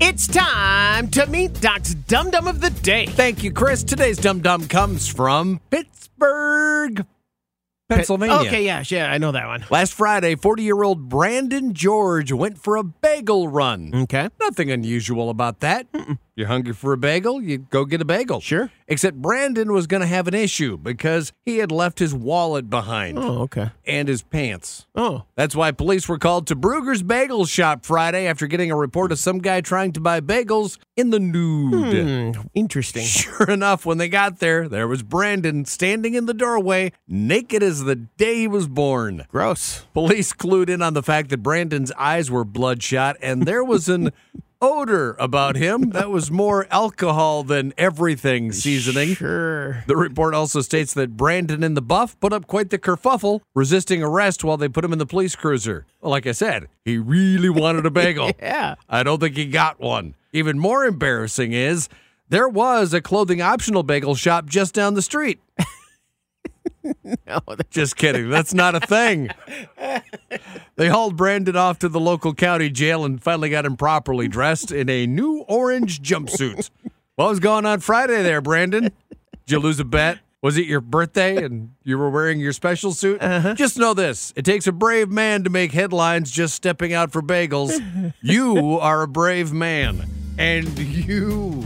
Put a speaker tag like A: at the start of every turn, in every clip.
A: It's time to meet Doc's Dum Dum of the Day.
B: Thank you, Chris. Today's dum dum comes from Pittsburgh, Pennsylvania.
A: Okay, yeah, yeah, I know that one.
B: Last Friday, 40 year old Brandon George went for a bagel run.
A: Okay.
B: Nothing unusual about that. You're hungry for a bagel, you go get a bagel.
A: Sure.
B: Except Brandon was going to have an issue because he had left his wallet behind
A: Oh, okay.
B: and his pants.
A: Oh,
B: That's why police were called to Bruger's Bagel Shop Friday after getting a report of some guy trying to buy bagels in the nude.
A: Hmm. interesting.
B: Sure enough, when they got there, there was Brandon standing in the doorway, naked as the day he was born.
A: Gross.
B: Police clued in on the fact that Brandon's eyes were bloodshot and there was an odor about him that was more alcohol than everything seasoning.
A: Sure.
B: The report also states that Brandon in the buff put up quite the kerfuffle, resisting arrest while they put him in the police cruiser. Well, like I said, he really wanted a bagel.
A: Yeah.
B: I don't think he got one. Even more embarrassing is there was a clothing optional bagel shop just down the street.
A: No, that-
B: Just kidding. That's not a thing. They hauled Brandon off to the local county jail and finally got him properly dressed in a new orange jumpsuit. What was going on Friday there, Brandon? Did you lose a bet? Was it your birthday and you were wearing your special suit? Just know this it takes a brave man to make headlines just stepping out for bagels. you are a brave man, and you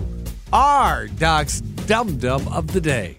B: are Doc's Dum Dum of the Day.